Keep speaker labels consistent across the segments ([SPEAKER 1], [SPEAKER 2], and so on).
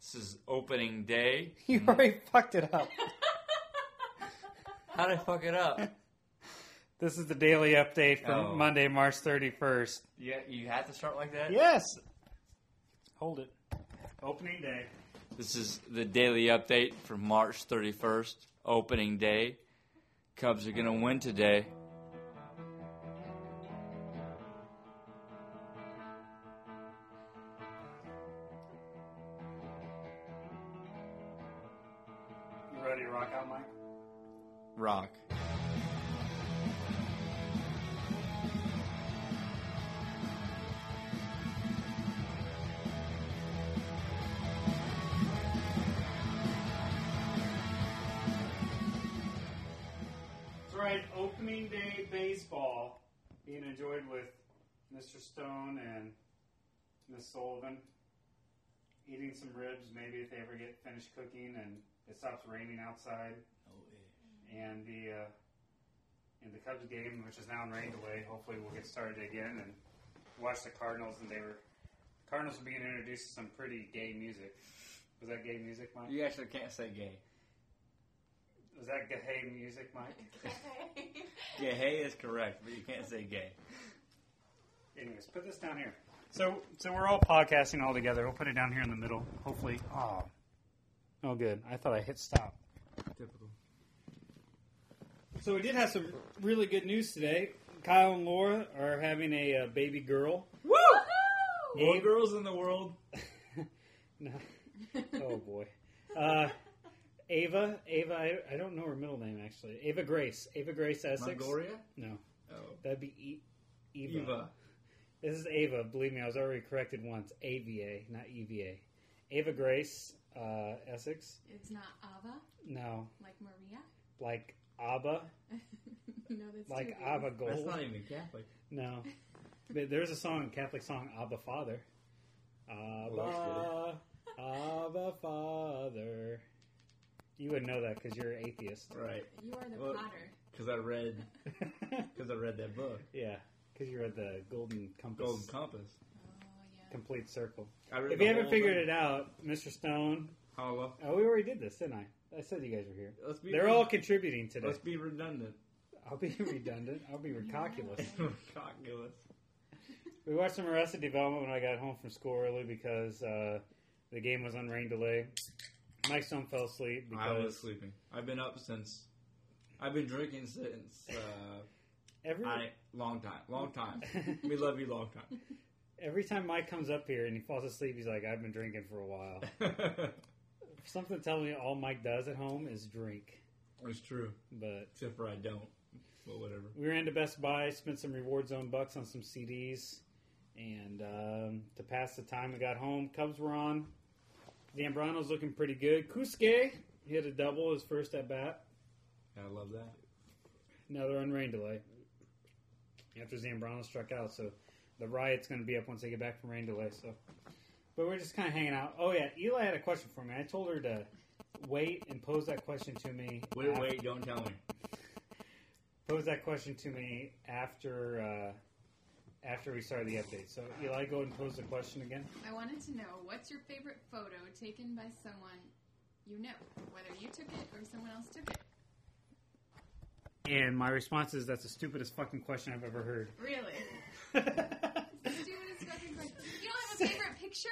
[SPEAKER 1] This is opening day.
[SPEAKER 2] You already fucked it up.
[SPEAKER 1] How did I fuck it up?
[SPEAKER 2] This is the daily update for
[SPEAKER 1] Oh.
[SPEAKER 2] Monday, March 31st.
[SPEAKER 1] you, you had to start like that?
[SPEAKER 2] Yes. Hold it. Opening day.
[SPEAKER 1] This is the daily update for March 31st, opening day. Cubs are going to win today.
[SPEAKER 2] You ready to rock out, Mike?
[SPEAKER 1] Rock.
[SPEAKER 2] That's right. Opening day baseball being enjoyed with Mr. Stone and Miss Sullivan. Eating some ribs, maybe if they ever get finished cooking and it stops raining outside. and the uh, in the Cubs game, which is now in rain delay. Hopefully, we'll get started again and watch the Cardinals. And they were Cardinals were being introduced to some pretty gay music. Was that gay music, Mike?
[SPEAKER 1] You actually can't say gay.
[SPEAKER 2] Was that gay music, Mike?
[SPEAKER 1] Gay hey is correct, but you can't say gay.
[SPEAKER 2] Anyways, put this down here. So, so we're all podcasting all together. We'll put it down here in the middle. Hopefully. Oh, oh, good. I thought I hit stop.
[SPEAKER 1] Typical.
[SPEAKER 2] So we did have some really good news today. Kyle and Laura are having a uh, baby girl.
[SPEAKER 1] Woo! More
[SPEAKER 2] Eight-
[SPEAKER 1] girls in the world.
[SPEAKER 2] No. Oh boy. Uh, Ava, Ava, I, I don't know her middle name actually. Ava Grace, Ava Grace Essex.
[SPEAKER 1] Longoria?
[SPEAKER 2] No,
[SPEAKER 1] Oh.
[SPEAKER 2] that'd be e- Eva.
[SPEAKER 1] Eva.
[SPEAKER 2] This is Ava. Believe me, I was already corrected once. AVA, not EVA. Ava Grace uh, Essex.
[SPEAKER 3] It's not Ava,
[SPEAKER 2] No,
[SPEAKER 3] like Maria.
[SPEAKER 2] like Abba,
[SPEAKER 3] no, that's
[SPEAKER 2] like
[SPEAKER 3] too easy.
[SPEAKER 2] Abba Gold.
[SPEAKER 1] That's not e- even Catholic.
[SPEAKER 2] No, But there's a song, Catholic song, Abba Father. Abba,
[SPEAKER 1] Well,
[SPEAKER 2] Abba Father. You would know that because you're an atheist.
[SPEAKER 1] Right.
[SPEAKER 3] You are the
[SPEAKER 1] Well-
[SPEAKER 3] Potter.
[SPEAKER 1] Because I read because I read that book.
[SPEAKER 2] yeah, because you're at the Golden Compass
[SPEAKER 1] Golden Compass.
[SPEAKER 3] Oh yeah.
[SPEAKER 2] complete circle.
[SPEAKER 1] I read
[SPEAKER 2] If you haven't figured it out, Mr. Stone,
[SPEAKER 1] Holla.
[SPEAKER 2] oh, we already did this, didn't I? I said you guys were here.
[SPEAKER 1] Let's be
[SPEAKER 2] They're all contributing today.
[SPEAKER 1] Let's be redundant.
[SPEAKER 2] I'll be redundant. I'll be recalculous.
[SPEAKER 1] Ridiculous.
[SPEAKER 2] We watched some Arrested Development when I got home from school early because uh, the game was on rain delay. Mike Stone fell asleep
[SPEAKER 1] I was
[SPEAKER 2] because
[SPEAKER 1] sleeping. I've been up since. I've been drinking since uh,
[SPEAKER 2] every
[SPEAKER 1] I long time, long time. we love you, long time.
[SPEAKER 2] every time Mike comes up here and he falls asleep, he's like, "I've been drinking for a while." Something tells me all Mike does at home is drink.
[SPEAKER 1] it's true,
[SPEAKER 2] But
[SPEAKER 1] except for I don't. But whatever.
[SPEAKER 2] we ran to Best Buy, spent some reward zone bucks on some CDs, and um, to pass the time, we got home. Cubs were on. Zambrano's looking pretty good. Kuske hit a double his first at bat.
[SPEAKER 1] I love that.
[SPEAKER 2] Now they're on rain delay. After Zambrano struck out, so the riot's going to be up once they get back from rain delay. So, but we're just kind of hanging out. Oh yeah, Eli had a question for me. I told her to wait and pose that question to me.
[SPEAKER 1] Wait,
[SPEAKER 2] af-
[SPEAKER 1] wait, don't tell me.
[SPEAKER 2] Pose that question to me after uh, after we started the update. So Eli, go ahead and pose the question again.
[SPEAKER 3] I wanted to know what's your favorite photo taken by someone you know, whether you took it or someone else took it.
[SPEAKER 2] And my response is that's the stupidest fucking question I've ever heard.
[SPEAKER 3] Really? Stupidest fucking question. You don't have a favorite picture?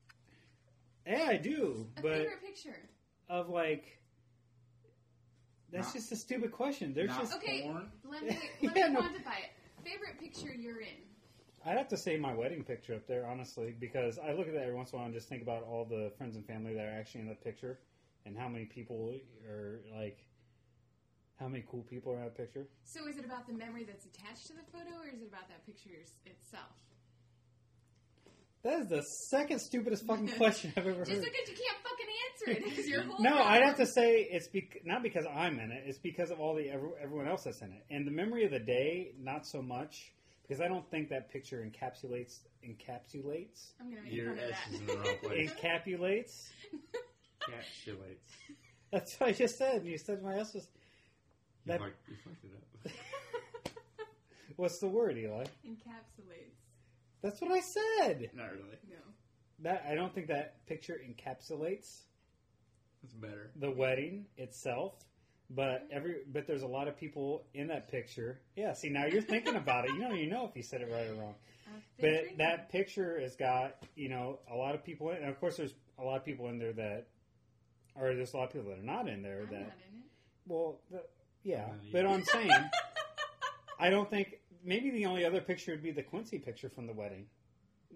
[SPEAKER 2] yeah, I do,
[SPEAKER 3] A
[SPEAKER 2] but
[SPEAKER 3] favorite picture.
[SPEAKER 2] of like. That's
[SPEAKER 1] Not-
[SPEAKER 2] just a stupid question. There's
[SPEAKER 1] Not
[SPEAKER 2] just
[SPEAKER 3] Okay.
[SPEAKER 1] porn?
[SPEAKER 3] Let me let
[SPEAKER 2] Yeah,
[SPEAKER 3] me
[SPEAKER 2] no.
[SPEAKER 3] quantify it. Favorite picture you're in.
[SPEAKER 2] I'd have to say my wedding picture up there, honestly, because I look at that every once in a while and just think about all the friends and family that are actually in that picture and how many people are like, how many cool people are in that picture.
[SPEAKER 3] So is it about the memory that's attached to the photo, or is it about that picture yours- itself?
[SPEAKER 2] That is the second stupidest fucking question I've ever
[SPEAKER 3] Just
[SPEAKER 2] heard.
[SPEAKER 3] because you can't fucking answer it, it's your whole.
[SPEAKER 2] No, I'd
[SPEAKER 3] problem.
[SPEAKER 2] have to say it's bec- not because I'm in it. It's because of all the every- everyone else that's in it, and the memory of the day, not so much, because I don't think that picture encapsulates encapsulates
[SPEAKER 3] I'm gonna make
[SPEAKER 1] Your
[SPEAKER 3] fun of
[SPEAKER 1] S
[SPEAKER 3] that.
[SPEAKER 1] is in the wrong place.
[SPEAKER 2] encapsulates.
[SPEAKER 1] Capsulates.
[SPEAKER 2] That's what I just said. You said my S was.
[SPEAKER 1] You,
[SPEAKER 2] That-
[SPEAKER 1] fucked, you fucked it up.
[SPEAKER 2] What's the word, Eli?
[SPEAKER 3] Encapsulates.
[SPEAKER 2] That's what I said.
[SPEAKER 1] Not really.
[SPEAKER 3] No.
[SPEAKER 2] that I don't think that picture encapsulates
[SPEAKER 4] It's better.
[SPEAKER 2] the wedding itself. But every but there's a lot of people in that picture. Yeah, see now you're thinking about it. You know you know if you said it right or wrong.
[SPEAKER 3] I've been
[SPEAKER 2] But
[SPEAKER 3] drinking.
[SPEAKER 2] that picture has got, you know, a lot of people in and of course there's a lot of people in there that or there's a lot of people that are not in there
[SPEAKER 3] I'm
[SPEAKER 2] that
[SPEAKER 3] not in it.
[SPEAKER 2] well the, yeah.
[SPEAKER 4] Not
[SPEAKER 2] But
[SPEAKER 4] either.
[SPEAKER 2] I'm saying I don't think maybe the only other picture would be the Quincy picture from the wedding.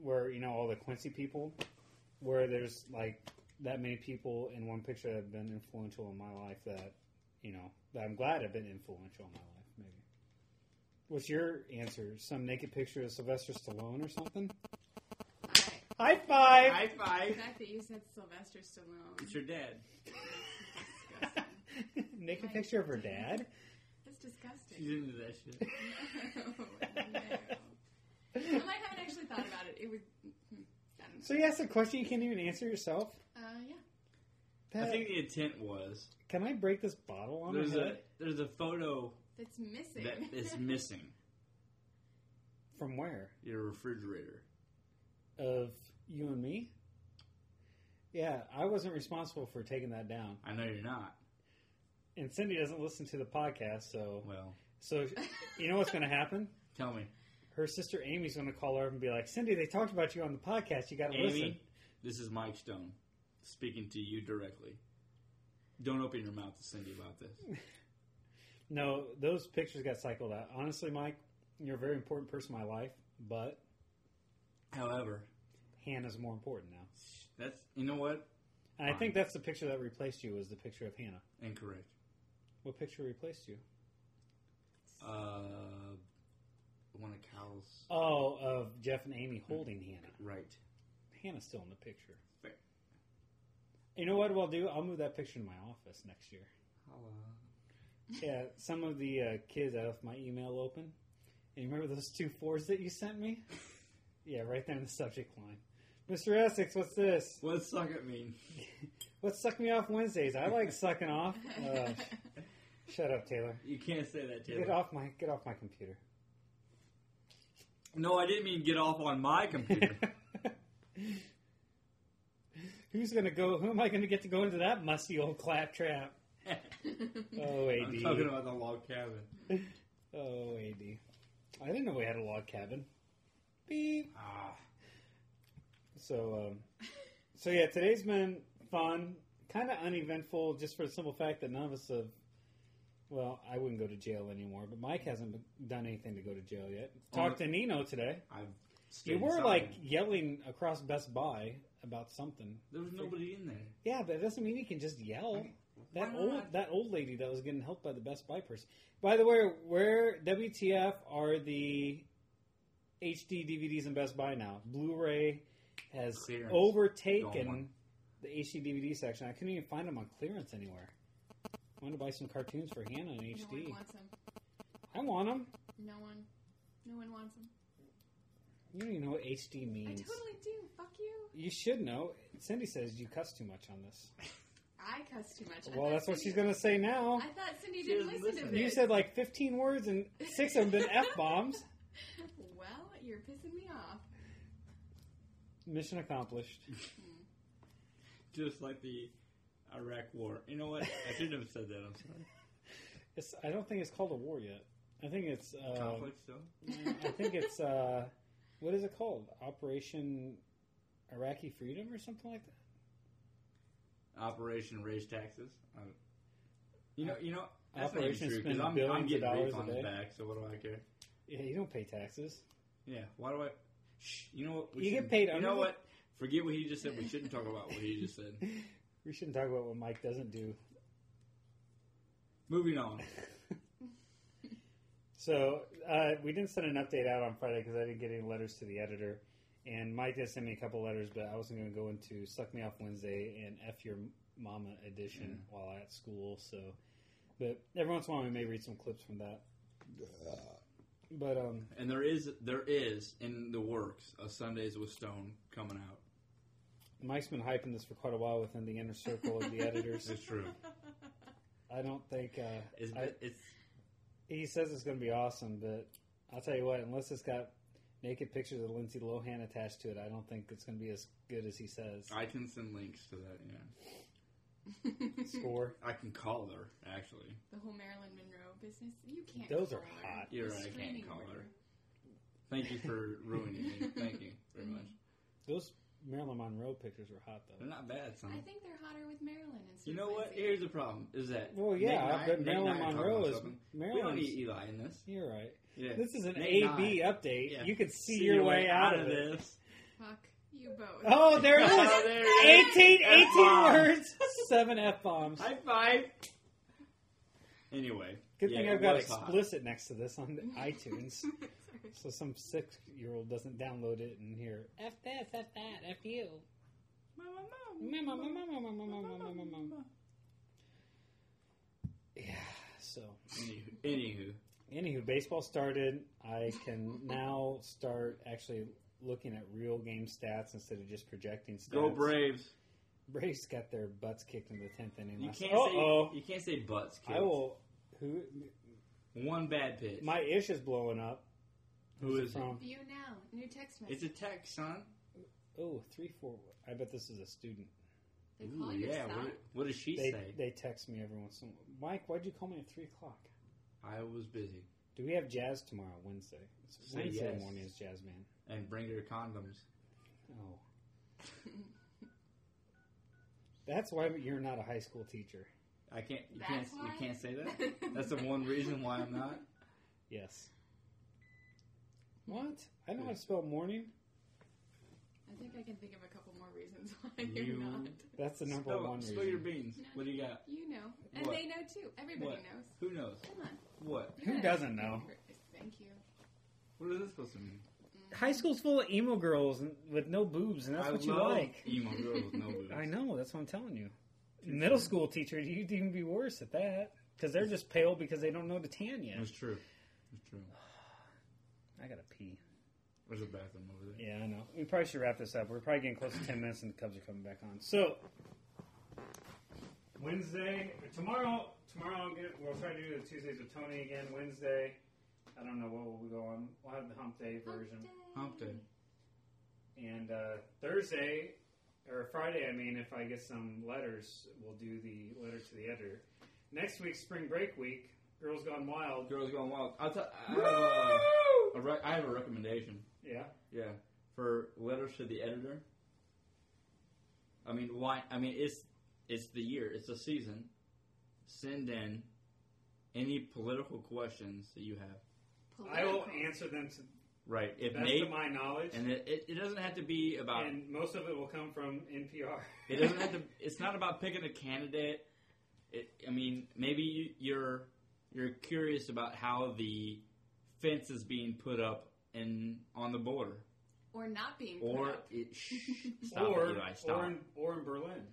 [SPEAKER 2] Where, you know, all the Quincy people where there's like that many people in one picture that have been influential in my life that you know, that I'm glad have been influential in my life, maybe. What's your answer? Some naked picture of Sylvester Stallone or something?
[SPEAKER 3] All
[SPEAKER 2] High five.
[SPEAKER 4] High
[SPEAKER 3] right.
[SPEAKER 4] five.
[SPEAKER 3] The fact that you said Sylvester Stallone.
[SPEAKER 4] It's your dad.
[SPEAKER 3] disgusting.
[SPEAKER 2] Naked picture of her dad.
[SPEAKER 3] That's
[SPEAKER 4] She's
[SPEAKER 3] disgusting.
[SPEAKER 4] into that shit.
[SPEAKER 3] No, no. Well, I haven't actually thought about it. It would. hmm, I don't know.
[SPEAKER 2] So you asked a question you can't even answer yourself.
[SPEAKER 3] Uh, yeah.
[SPEAKER 4] I
[SPEAKER 2] That-
[SPEAKER 4] think the intent was
[SPEAKER 2] can I break this bottle on her
[SPEAKER 4] there's a
[SPEAKER 2] head?
[SPEAKER 4] there's a photo
[SPEAKER 3] That's missing.
[SPEAKER 4] that is missing
[SPEAKER 2] From where?
[SPEAKER 4] your refrigerator.
[SPEAKER 2] Of you and me. Yeah, I wasn't responsible for taking that down,
[SPEAKER 4] I know you're not.
[SPEAKER 2] and Cindy doesn't listen to the podcast, so
[SPEAKER 4] Well,
[SPEAKER 2] so you know what's going to happen.
[SPEAKER 4] tell me,
[SPEAKER 2] Her sister Amy's going to call her up and be like, "Cindy, they talked about you on the podcast. You got to
[SPEAKER 4] Amy,
[SPEAKER 2] listen."
[SPEAKER 4] this is Mike Stone speaking to you directly. Don't open your mouth to Cindy about this.
[SPEAKER 2] No, those pictures got cycled out. Honestly, Mike, you're a very important person in my life, but
[SPEAKER 4] However,
[SPEAKER 2] Hannah's more important now.
[SPEAKER 4] that's you know what
[SPEAKER 2] And I think that's the picture that replaced you was the picture of Hannah.
[SPEAKER 4] incorrect.
[SPEAKER 2] What picture replaced you?
[SPEAKER 4] Uh, one of Cal's
[SPEAKER 2] Oh, of Jeff and Amy holding Hannah.
[SPEAKER 4] right.
[SPEAKER 2] Hannah's still in the picture.
[SPEAKER 4] Fair.
[SPEAKER 2] You know what I'll do? I'll move that picture to my office next year. Yeah, some of the uh, kids I left my email open. And you remember those two fours that you sent me? Yeah, right there in the subject line. Mr. Essex, what's this?
[SPEAKER 4] What does suck at mean?
[SPEAKER 2] What's suck me off Wednesdays? I like sucking off. Uh, shut up, Taylor.
[SPEAKER 4] You can't say that,
[SPEAKER 2] Get
[SPEAKER 4] Taylor.
[SPEAKER 2] off my get off my computer.
[SPEAKER 4] No, I didn't mean get off on my computer.
[SPEAKER 2] Who's gonna go? Who am I gonna get to go into that musty old claptrap? Oh,
[SPEAKER 4] I'm talking
[SPEAKER 2] ad.
[SPEAKER 4] about the log cabin.
[SPEAKER 2] Oh, ad. I didn't know we had a log cabin. Beep.
[SPEAKER 4] Ah,
[SPEAKER 2] So, um, so yeah, today's been fun, kind of uneventful, just for the simple fact that none of us have. Well, I wouldn't go to jail anymore, but Mike hasn't been- done anything to go to jail yet. Talked to Nino today.
[SPEAKER 4] I've.
[SPEAKER 2] You
[SPEAKER 4] stayed
[SPEAKER 2] were
[SPEAKER 4] inside.
[SPEAKER 2] like yelling across Best Buy about something.
[SPEAKER 4] there was nobody in there.
[SPEAKER 2] Yeah, but it doesn't mean you can just yell. That
[SPEAKER 4] Why
[SPEAKER 2] old
[SPEAKER 4] not?
[SPEAKER 2] that old lady that was getting helped by the Best Buy person. By the way, where WTF are the HD DVDs in Best Buy now? Blu-ray has
[SPEAKER 4] Clearance.
[SPEAKER 2] overtaken
[SPEAKER 4] Gone.
[SPEAKER 2] the HD DVD section. I couldn't even find them on clearance anywhere. I wanted to buy some cartoons for Hannah in
[SPEAKER 3] No one
[SPEAKER 2] HD.
[SPEAKER 3] wants them.
[SPEAKER 2] I want them.
[SPEAKER 3] No one. No one wants them.
[SPEAKER 2] You don't even know what HD
[SPEAKER 3] I
[SPEAKER 2] means.
[SPEAKER 3] totally do. Fuck you.
[SPEAKER 2] You should know. Cindy says you cuss too much on this.
[SPEAKER 3] I cuss too much. I
[SPEAKER 2] Well,
[SPEAKER 3] thought
[SPEAKER 2] that's what
[SPEAKER 3] Cindy-
[SPEAKER 2] she's going to say now.
[SPEAKER 3] I thought Cindy
[SPEAKER 4] She
[SPEAKER 3] didn't
[SPEAKER 4] doesn't
[SPEAKER 3] listen, to
[SPEAKER 4] listen.
[SPEAKER 3] this.
[SPEAKER 2] You said like 15 words and six of them been F bombs.
[SPEAKER 3] Well, you're pissing me off.
[SPEAKER 2] Mission accomplished.
[SPEAKER 4] Just like the Iraq War. You know what? I shouldn't have said that. I'm sorry.
[SPEAKER 2] It's, I don't think it's called a war yet. I think it's. Uh,
[SPEAKER 4] Conflict still.
[SPEAKER 2] I think it's. Uh, what is it called? Operation Iraqi Freedom or something like that.
[SPEAKER 4] Operation raise taxes. Um, you know, you know. That's
[SPEAKER 2] Operation
[SPEAKER 4] not even true
[SPEAKER 2] spend
[SPEAKER 4] because I'm,
[SPEAKER 2] billions
[SPEAKER 4] I'm
[SPEAKER 2] of
[SPEAKER 4] getting
[SPEAKER 2] dollars a day.
[SPEAKER 4] refunds back. So what do I care?
[SPEAKER 2] Yeah, you don't pay taxes.
[SPEAKER 4] Yeah. Why do I? Shh, you know what?
[SPEAKER 2] You get
[SPEAKER 4] shouldn't-
[SPEAKER 2] paid
[SPEAKER 4] You
[SPEAKER 2] under
[SPEAKER 4] know
[SPEAKER 2] the-
[SPEAKER 4] what? Forget what he just said. We shouldn't talk about what he just said.
[SPEAKER 2] We shouldn't talk about what Mike doesn't do.
[SPEAKER 4] Moving on.
[SPEAKER 2] So uh, we didn't send an update out on Friday because I didn't get any letters to the editor, and Mike did send me a couple letters, but I wasn't going to go into "Suck Me Off Wednesday" and "F Your Mama" edition while at school. So, but every once in a while we may read some clips from that. But um,
[SPEAKER 4] And there is there is in the works a Sundays with Stone coming out.
[SPEAKER 2] Mike's been hyping this for quite a while within the inner circle of the editors.
[SPEAKER 4] It's true.
[SPEAKER 2] I don't think uh,
[SPEAKER 4] It's,
[SPEAKER 2] I-
[SPEAKER 4] it's
[SPEAKER 2] he says it's going to be awesome, but I'll tell you what, unless it's got
[SPEAKER 5] naked pictures of Lindsay Lohan attached to it. I don't think it's going to be as good as he says.
[SPEAKER 4] I can send links to that. Yeah,
[SPEAKER 5] Score.
[SPEAKER 4] I can call her actually.
[SPEAKER 3] the whole Marilyn Monroe business. You can't.
[SPEAKER 5] Those
[SPEAKER 3] call
[SPEAKER 5] are
[SPEAKER 3] her.
[SPEAKER 5] hot.
[SPEAKER 4] You're
[SPEAKER 3] The
[SPEAKER 4] right, I can't
[SPEAKER 3] screening
[SPEAKER 4] call her.
[SPEAKER 3] order.
[SPEAKER 4] Thank you for ruining it. Thank you very much.
[SPEAKER 5] Those Marilyn Monroe pictures were hot though.
[SPEAKER 4] They're not bad. Son.
[SPEAKER 3] I think they're hotter with Marilyn instead.
[SPEAKER 4] Uh-huh. You know
[SPEAKER 3] of
[SPEAKER 4] what?
[SPEAKER 3] Lindsay.
[SPEAKER 4] Here's the problem: is that
[SPEAKER 5] Well,
[SPEAKER 4] Nate
[SPEAKER 5] yeah,
[SPEAKER 4] and I-
[SPEAKER 5] but
[SPEAKER 4] Nate and I are
[SPEAKER 5] Marilyn
[SPEAKER 4] talking
[SPEAKER 5] Monroe
[SPEAKER 4] about
[SPEAKER 5] is
[SPEAKER 4] something. We don't
[SPEAKER 5] Marilyn's.
[SPEAKER 4] need Eli in this.
[SPEAKER 5] You're right.
[SPEAKER 4] Yeah.
[SPEAKER 5] This is an
[SPEAKER 4] Nate and
[SPEAKER 5] AB
[SPEAKER 4] I.
[SPEAKER 5] update.
[SPEAKER 4] Yeah.
[SPEAKER 5] You can see, your, way out of it.
[SPEAKER 4] this.
[SPEAKER 3] Fuck you both.
[SPEAKER 5] Oh, there it
[SPEAKER 4] Oh,
[SPEAKER 5] is.
[SPEAKER 4] there it is.
[SPEAKER 5] 18, 18
[SPEAKER 4] F-bombs.
[SPEAKER 5] words, seven f bombs.
[SPEAKER 4] High five. Anyway,
[SPEAKER 5] Good
[SPEAKER 4] yeah,
[SPEAKER 5] thing
[SPEAKER 4] it
[SPEAKER 5] I've got
[SPEAKER 4] was hot.
[SPEAKER 5] explicit next to this on iTunes, so some six-year-old doesn't download it and hear f this, f that, f you. Yeah. So,
[SPEAKER 4] Anywho, anywho,
[SPEAKER 5] anywho, baseball started. I can now start actually looking at real game stats instead of just projecting stats.
[SPEAKER 4] go Braves.
[SPEAKER 5] Braves got their butts kicked in the tenth inning.
[SPEAKER 4] You
[SPEAKER 5] last-
[SPEAKER 4] can't
[SPEAKER 5] Uh-oh.
[SPEAKER 4] say you can't say butts. Kids.
[SPEAKER 5] I will. Who?
[SPEAKER 4] One bad pitch.
[SPEAKER 5] My ish is blowing up. Um,
[SPEAKER 4] Who
[SPEAKER 5] Who's
[SPEAKER 4] is
[SPEAKER 5] it
[SPEAKER 4] it?
[SPEAKER 5] from?
[SPEAKER 3] View now. New text message.
[SPEAKER 4] It's a text, son.
[SPEAKER 5] Oh, three, four. I bet this is a student.
[SPEAKER 3] they call
[SPEAKER 4] Ooh,
[SPEAKER 3] your
[SPEAKER 4] yeah.
[SPEAKER 3] son.
[SPEAKER 4] What, what does she
[SPEAKER 5] They
[SPEAKER 4] say?
[SPEAKER 5] they text me every once in a while. Mike, why'd you call me at three o'clock?
[SPEAKER 4] I was busy
[SPEAKER 5] Do we have jazz tomorrow, Wednesday? It's
[SPEAKER 4] Say
[SPEAKER 5] Wednesday
[SPEAKER 4] yes.
[SPEAKER 5] morning is jazz man.
[SPEAKER 4] and bring her condoms.
[SPEAKER 5] Oh, that's why you're not a high school teacher.
[SPEAKER 4] I can't. You
[SPEAKER 3] That's
[SPEAKER 4] can't.
[SPEAKER 3] why?
[SPEAKER 4] You can't say that. That's the one reason why I'm not.
[SPEAKER 5] Yes. What? I know how to spell morning.
[SPEAKER 3] I think I can think of a couple more reasons why
[SPEAKER 4] You-
[SPEAKER 3] you're not.
[SPEAKER 5] That's the number
[SPEAKER 4] Spill-
[SPEAKER 5] one
[SPEAKER 4] spill
[SPEAKER 5] reason.
[SPEAKER 4] your beans. What do you got?
[SPEAKER 3] You know, and
[SPEAKER 4] What?
[SPEAKER 3] they know too. Everybody
[SPEAKER 4] What?
[SPEAKER 3] knows.
[SPEAKER 4] Who knows?
[SPEAKER 3] Come on.
[SPEAKER 4] What?
[SPEAKER 5] Who
[SPEAKER 3] Yeah.
[SPEAKER 5] doesn't know?
[SPEAKER 3] Thank you.
[SPEAKER 4] What is this supposed to mean?
[SPEAKER 5] High school's full of emo girls and, with no boobs, and that's
[SPEAKER 4] I
[SPEAKER 5] what you
[SPEAKER 4] love
[SPEAKER 5] like.
[SPEAKER 4] Emo girl with no boobs.
[SPEAKER 5] I know. That's what I'm telling you. Middle school teacher, you'd even be worse at that because they're just pale because they don't know to tan yet.
[SPEAKER 4] It's true. It's true.
[SPEAKER 5] I gotta pee.
[SPEAKER 4] There's a bathroom over there.
[SPEAKER 5] Yeah, I know. We probably should wrap this up. We're probably getting close to 10 minutes and the Cubs are coming back on. So,
[SPEAKER 2] Wednesday, tomorrow, tomorrow I'll get, we'll try to do the Tuesdays with Tony again. Wednesday, I don't know what we'll go on. We'll have the hump day version.
[SPEAKER 4] Hump day.
[SPEAKER 2] And uh, Thursday, or Friday, I mean, if I get some letters, we'll do the letter to the editor. Next week, spring break week, Girls Gone Wild.
[SPEAKER 4] Girls going wild. I'll tell. I, have a- a re- I have a recommendation.
[SPEAKER 2] Yeah.
[SPEAKER 4] Yeah, for letters to the editor. I mean, why? I mean, it's it's the year. It's the season. Send in any political questions that you have.
[SPEAKER 2] I will
[SPEAKER 3] Political.
[SPEAKER 2] answer them to the
[SPEAKER 4] Right. If
[SPEAKER 2] best
[SPEAKER 4] Nate
[SPEAKER 2] of my knowledge.
[SPEAKER 4] and uh, it, it, it doesn't have to be about.
[SPEAKER 2] and most of it will come from NPR.
[SPEAKER 4] It doesn't have to. It's not about picking a candidate. It, I mean, maybe you, you're you're curious about how the fence is being put up in on the border,
[SPEAKER 3] Or not being put
[SPEAKER 4] or
[SPEAKER 3] up.
[SPEAKER 4] it, shh, stop
[SPEAKER 2] or,
[SPEAKER 4] it, Eli, stop.
[SPEAKER 2] Or, in, or in Berlin.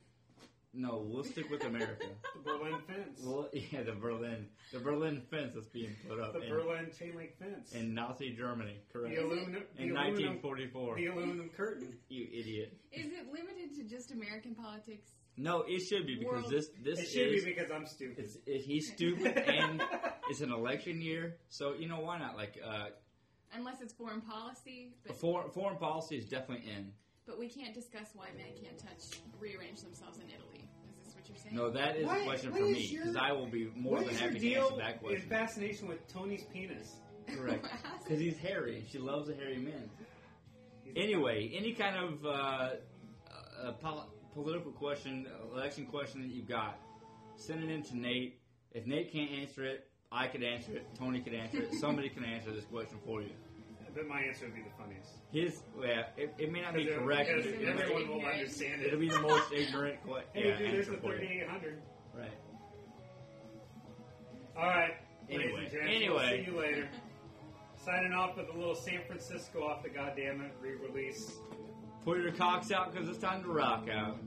[SPEAKER 4] no, we'll stick with America.
[SPEAKER 2] The Berlin fence.
[SPEAKER 4] well, yeah, the Berlin, the Berlin fence that's being put up
[SPEAKER 2] the
[SPEAKER 4] in,
[SPEAKER 2] Berlin chain link fence.
[SPEAKER 4] in Nazi Germany, correct?
[SPEAKER 2] the aluminum, the
[SPEAKER 4] in
[SPEAKER 2] aluminum,
[SPEAKER 4] 1944,
[SPEAKER 2] the aluminum curtain.
[SPEAKER 4] you idiot!
[SPEAKER 3] Is it limited to just American politics?
[SPEAKER 4] No, it should be because
[SPEAKER 3] World-
[SPEAKER 4] this this
[SPEAKER 2] It should
[SPEAKER 4] is
[SPEAKER 2] be because I'm stupid.
[SPEAKER 4] It's, it, he's stupid, and it's an election year, so you know why not? Like, uh,
[SPEAKER 3] Unless it's foreign policy, but,
[SPEAKER 4] for, foreign policy is definitely in.
[SPEAKER 3] but we can't discuss why men can't touch, rearrange themselves in Italy. Is this what you're saying?
[SPEAKER 4] No, that is
[SPEAKER 2] What-
[SPEAKER 4] a question
[SPEAKER 2] what
[SPEAKER 4] for
[SPEAKER 2] is
[SPEAKER 4] me
[SPEAKER 2] your-
[SPEAKER 4] because I will be more
[SPEAKER 2] What
[SPEAKER 4] than
[SPEAKER 2] is your
[SPEAKER 4] happy to
[SPEAKER 2] deal
[SPEAKER 4] answer that
[SPEAKER 2] in
[SPEAKER 4] question.
[SPEAKER 2] fascination with Tony's penis?
[SPEAKER 4] Correct, because he's hairy, and she loves a hairy man. Anyway, any kind of uh, uh, pol- political question, election question that you've got, send it in to Nate. If Nate can't answer it, I could answer it. Tony could answer it. Somebody can answer this question for you.
[SPEAKER 2] But my answer would be the funniest.
[SPEAKER 4] His, yeah, it, it may not be
[SPEAKER 2] Because
[SPEAKER 4] correct.
[SPEAKER 2] because
[SPEAKER 4] It- it
[SPEAKER 3] everyone
[SPEAKER 4] might be-
[SPEAKER 2] everyone will
[SPEAKER 3] Ignorant.
[SPEAKER 2] understand
[SPEAKER 4] It'll
[SPEAKER 2] it.
[SPEAKER 4] be the most ignorant question.
[SPEAKER 2] Hey,
[SPEAKER 4] yeah,
[SPEAKER 2] dude, there's
[SPEAKER 4] answer
[SPEAKER 2] the
[SPEAKER 4] for you.
[SPEAKER 2] 3800.
[SPEAKER 4] Right.
[SPEAKER 2] All right.
[SPEAKER 4] Anyway,
[SPEAKER 2] Ladies and gents,
[SPEAKER 4] anyway.
[SPEAKER 2] We'll see you later. Signing off with a little San Francisco off the goddamn it re-release.
[SPEAKER 4] Pull your cocks out because it's time to rock out.